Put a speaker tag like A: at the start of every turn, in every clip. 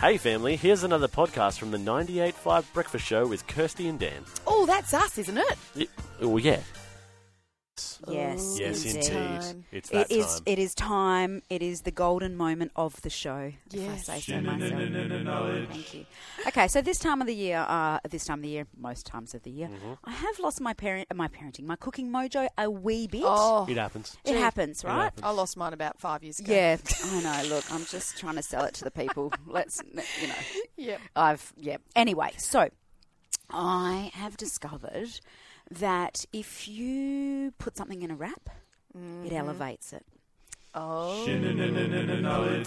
A: Hey, family, here's another podcast from the 98.5 Breakfast Show with Kirsty and Dan.
B: Oh, that's us, isn't it?
A: Y- Oh, yeah.
C: Yes,
A: Yes,
C: indeed.
B: Time.
A: It's that
C: It is.
A: time.
C: It is time. It is the golden moment of the show.
B: Yes.
C: If I say so myself. Thank you. Okay, so this time of the year, uh, this time of the year, most times of the year, I have lost my parent, my parenting, my cooking mojo a wee bit.
B: Oh,
A: It happens.
C: it
B: gee.
C: happens,
A: It
C: right?
A: happens.
B: I lost mine about five years ago.
C: Yeah, I know. Look, I'm just trying to sell it to the people. Let's, you know,
B: Yep.
C: I've, yeah. Anyway, so I have discovered that if you put something in a wrap, it
A: Mm-hmm.
C: elevates it.
B: Oh.
A: Amen.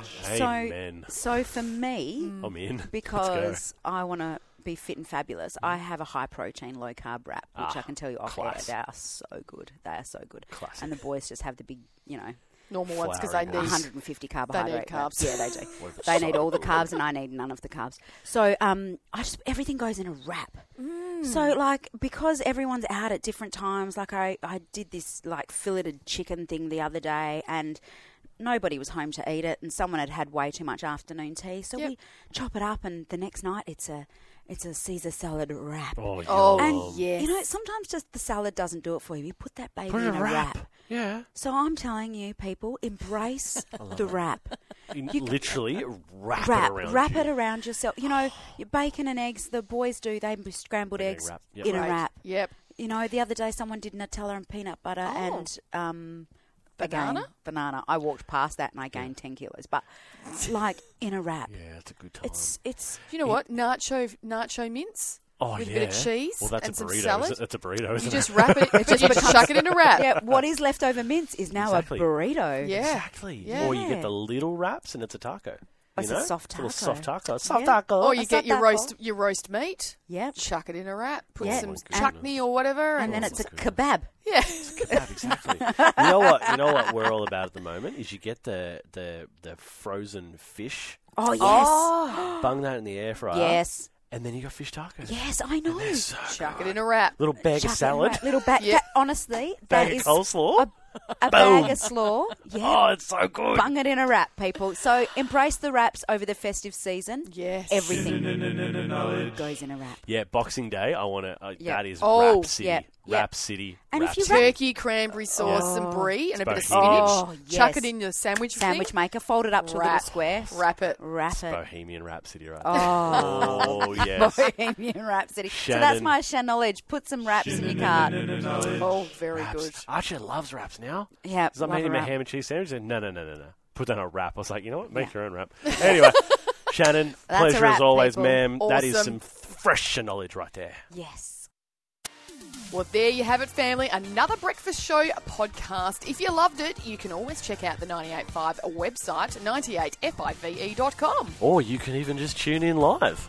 C: So, so for me,
A: I'm in. Mm. Let's go.
C: because I want to be fit and fabulous, I
A: Mm.
C: have a high protein, low carb wrap, which
A: Ah,
C: I can tell you off
A: class.
C: air, they are so good. They are so good.
A: Classic.
C: And the boys just have the big, you know,
B: Normal ones because they
A: Flowering ones.
B: need.
C: 150 carbohydrate
B: carbs.
C: wraps. Yeah, they do.
A: Well, it's
C: They need
A: so
C: all the
A: good.
C: carbs, and I need none of the carbs. So um, I just everything goes in a wrap. So like because everyone's out at different times. Like I I did this like filleted chicken thing the other day, and nobody was home to eat it, and someone had had way too much afternoon tea. So
B: Yep.
C: we chop it up, and the next night it's a it's a Caesar salad wrap.
A: Oh,
B: Oh,
A: yum.
C: And you know sometimes just the salad doesn't do it for you. You put that baby
A: Put it
C: in
A: in
C: a wrap.
A: Yeah.
C: So I'm telling you, people, embrace the wrap.
A: You literally wrap,
C: wrap,
A: it around.
C: wrap
A: you.
C: it around yourself. You know, your bacon and eggs. The boys do. They do scrambled
A: In a
C: eggs
A: wrap, yep.
C: in a
B: Right.
C: wrap.
B: Yep.
C: You know, the other day someone did Nutella and peanut butter
B: Oh.
C: and um,
B: Banana?
C: again, banana. I walked past that and I gained ten kilos, but like in a wrap.
A: Yeah, it's a good time.
C: It's it's
B: Do you know what? Nacho nacho mince.
A: oh,
B: with a
A: yeah.
B: bit of cheese
A: well, that's
B: and
A: a
B: some
A: burrito. isn't
B: salad.
A: it? That's a burrito, isn't
B: You
A: it?
B: just wrap it. It just chuck it in a wrap.
C: yeah. What is leftover mince is now
A: Exactly.
C: a burrito.
B: Yeah.
A: Exactly.
B: Yeah.
A: Or you get
C: Yeah.
A: the little wraps and it's a taco.
C: Oh,
A: you
C: it's a
A: know?
C: soft
A: Little soft
C: taco.
A: taco. Soft
C: Yeah.
A: taco.
B: Or you
C: Oh, Is
B: get
C: that
B: your
C: that
B: roast your roast meat.
C: Yep.
B: Chuck it in a wrap. Put
C: Yeah.
B: some
C: Oh my
B: chutney or whatever,
C: And then
A: Oh,
C: it's a
A: my goodness.
C: kebab.
B: yeah.
A: Yeah, exactly. you know what? You know what we're all about at the moment is you get the the, the frozen fish,
C: Oh yes,
A: bung that in the air fryer,
C: yes,
A: and then you got fish tacos.
C: yes. I know.
A: They're so
B: Chuck
A: good.
B: it in a wrap.
A: Little bag
C: Chuck
A: of
C: it
A: salad,
C: right- Little bag.
B: Yeah.
C: that- honestly, that
A: bag of
C: is
A: coleslaw.
C: a, a bag
A: Boom.
C: of slaw. Yeah.
A: oh, it's so good.
C: Bung it in a wrap, people. So embrace the wraps over the festive season.
B: Yes.
C: Everything goes in a wrap.
A: Yeah, Boxing Day. I want to. Uh,
C: Yeah.
A: That is
B: Oh,
A: Rap City.
C: yeah, yeah.
A: Rap City.
C: And if
A: rap
C: you
A: City.
B: Turkey, cranberry sauce, and brie, and a bit of spinach.
A: Bohemian.
C: Oh,
B: Chuck
C: yes.
B: it in your sandwich. thing.
C: Sandwich maker, fold it up to a little
B: Wrap.
C: square.
B: Wrap it.
C: Wrap it.
A: Bohemian Rhapsody, right?
C: Oh.
A: oh yes.
C: Bohemian Rhapsody. So that's
A: Shannon.
C: my Chanelage. Put some wraps in your cart.
B: Oh, very
A: Wraps.
B: good.
A: Archie loves wraps now.
C: Yeah,
A: Because I
C: love
A: made
C: a
A: him a
C: wrap.
A: ham and cheese sandwich. And no, no, no, no, no. Put that on a wrap. I was like, you know what? Make your own wrap. Anyway, Shannon,
C: That's a
A: pleasure as
C: wrap,
A: always,
C: people.
A: ma'am. That is some
B: Awesome.
A: fresh knowledge right there.
C: Yes.
B: Well, there you have it, family. Another Breakfast Show podcast. If you loved it, you can always check out the 98.5 website, 98five.com.
A: Or you can even just tune in live.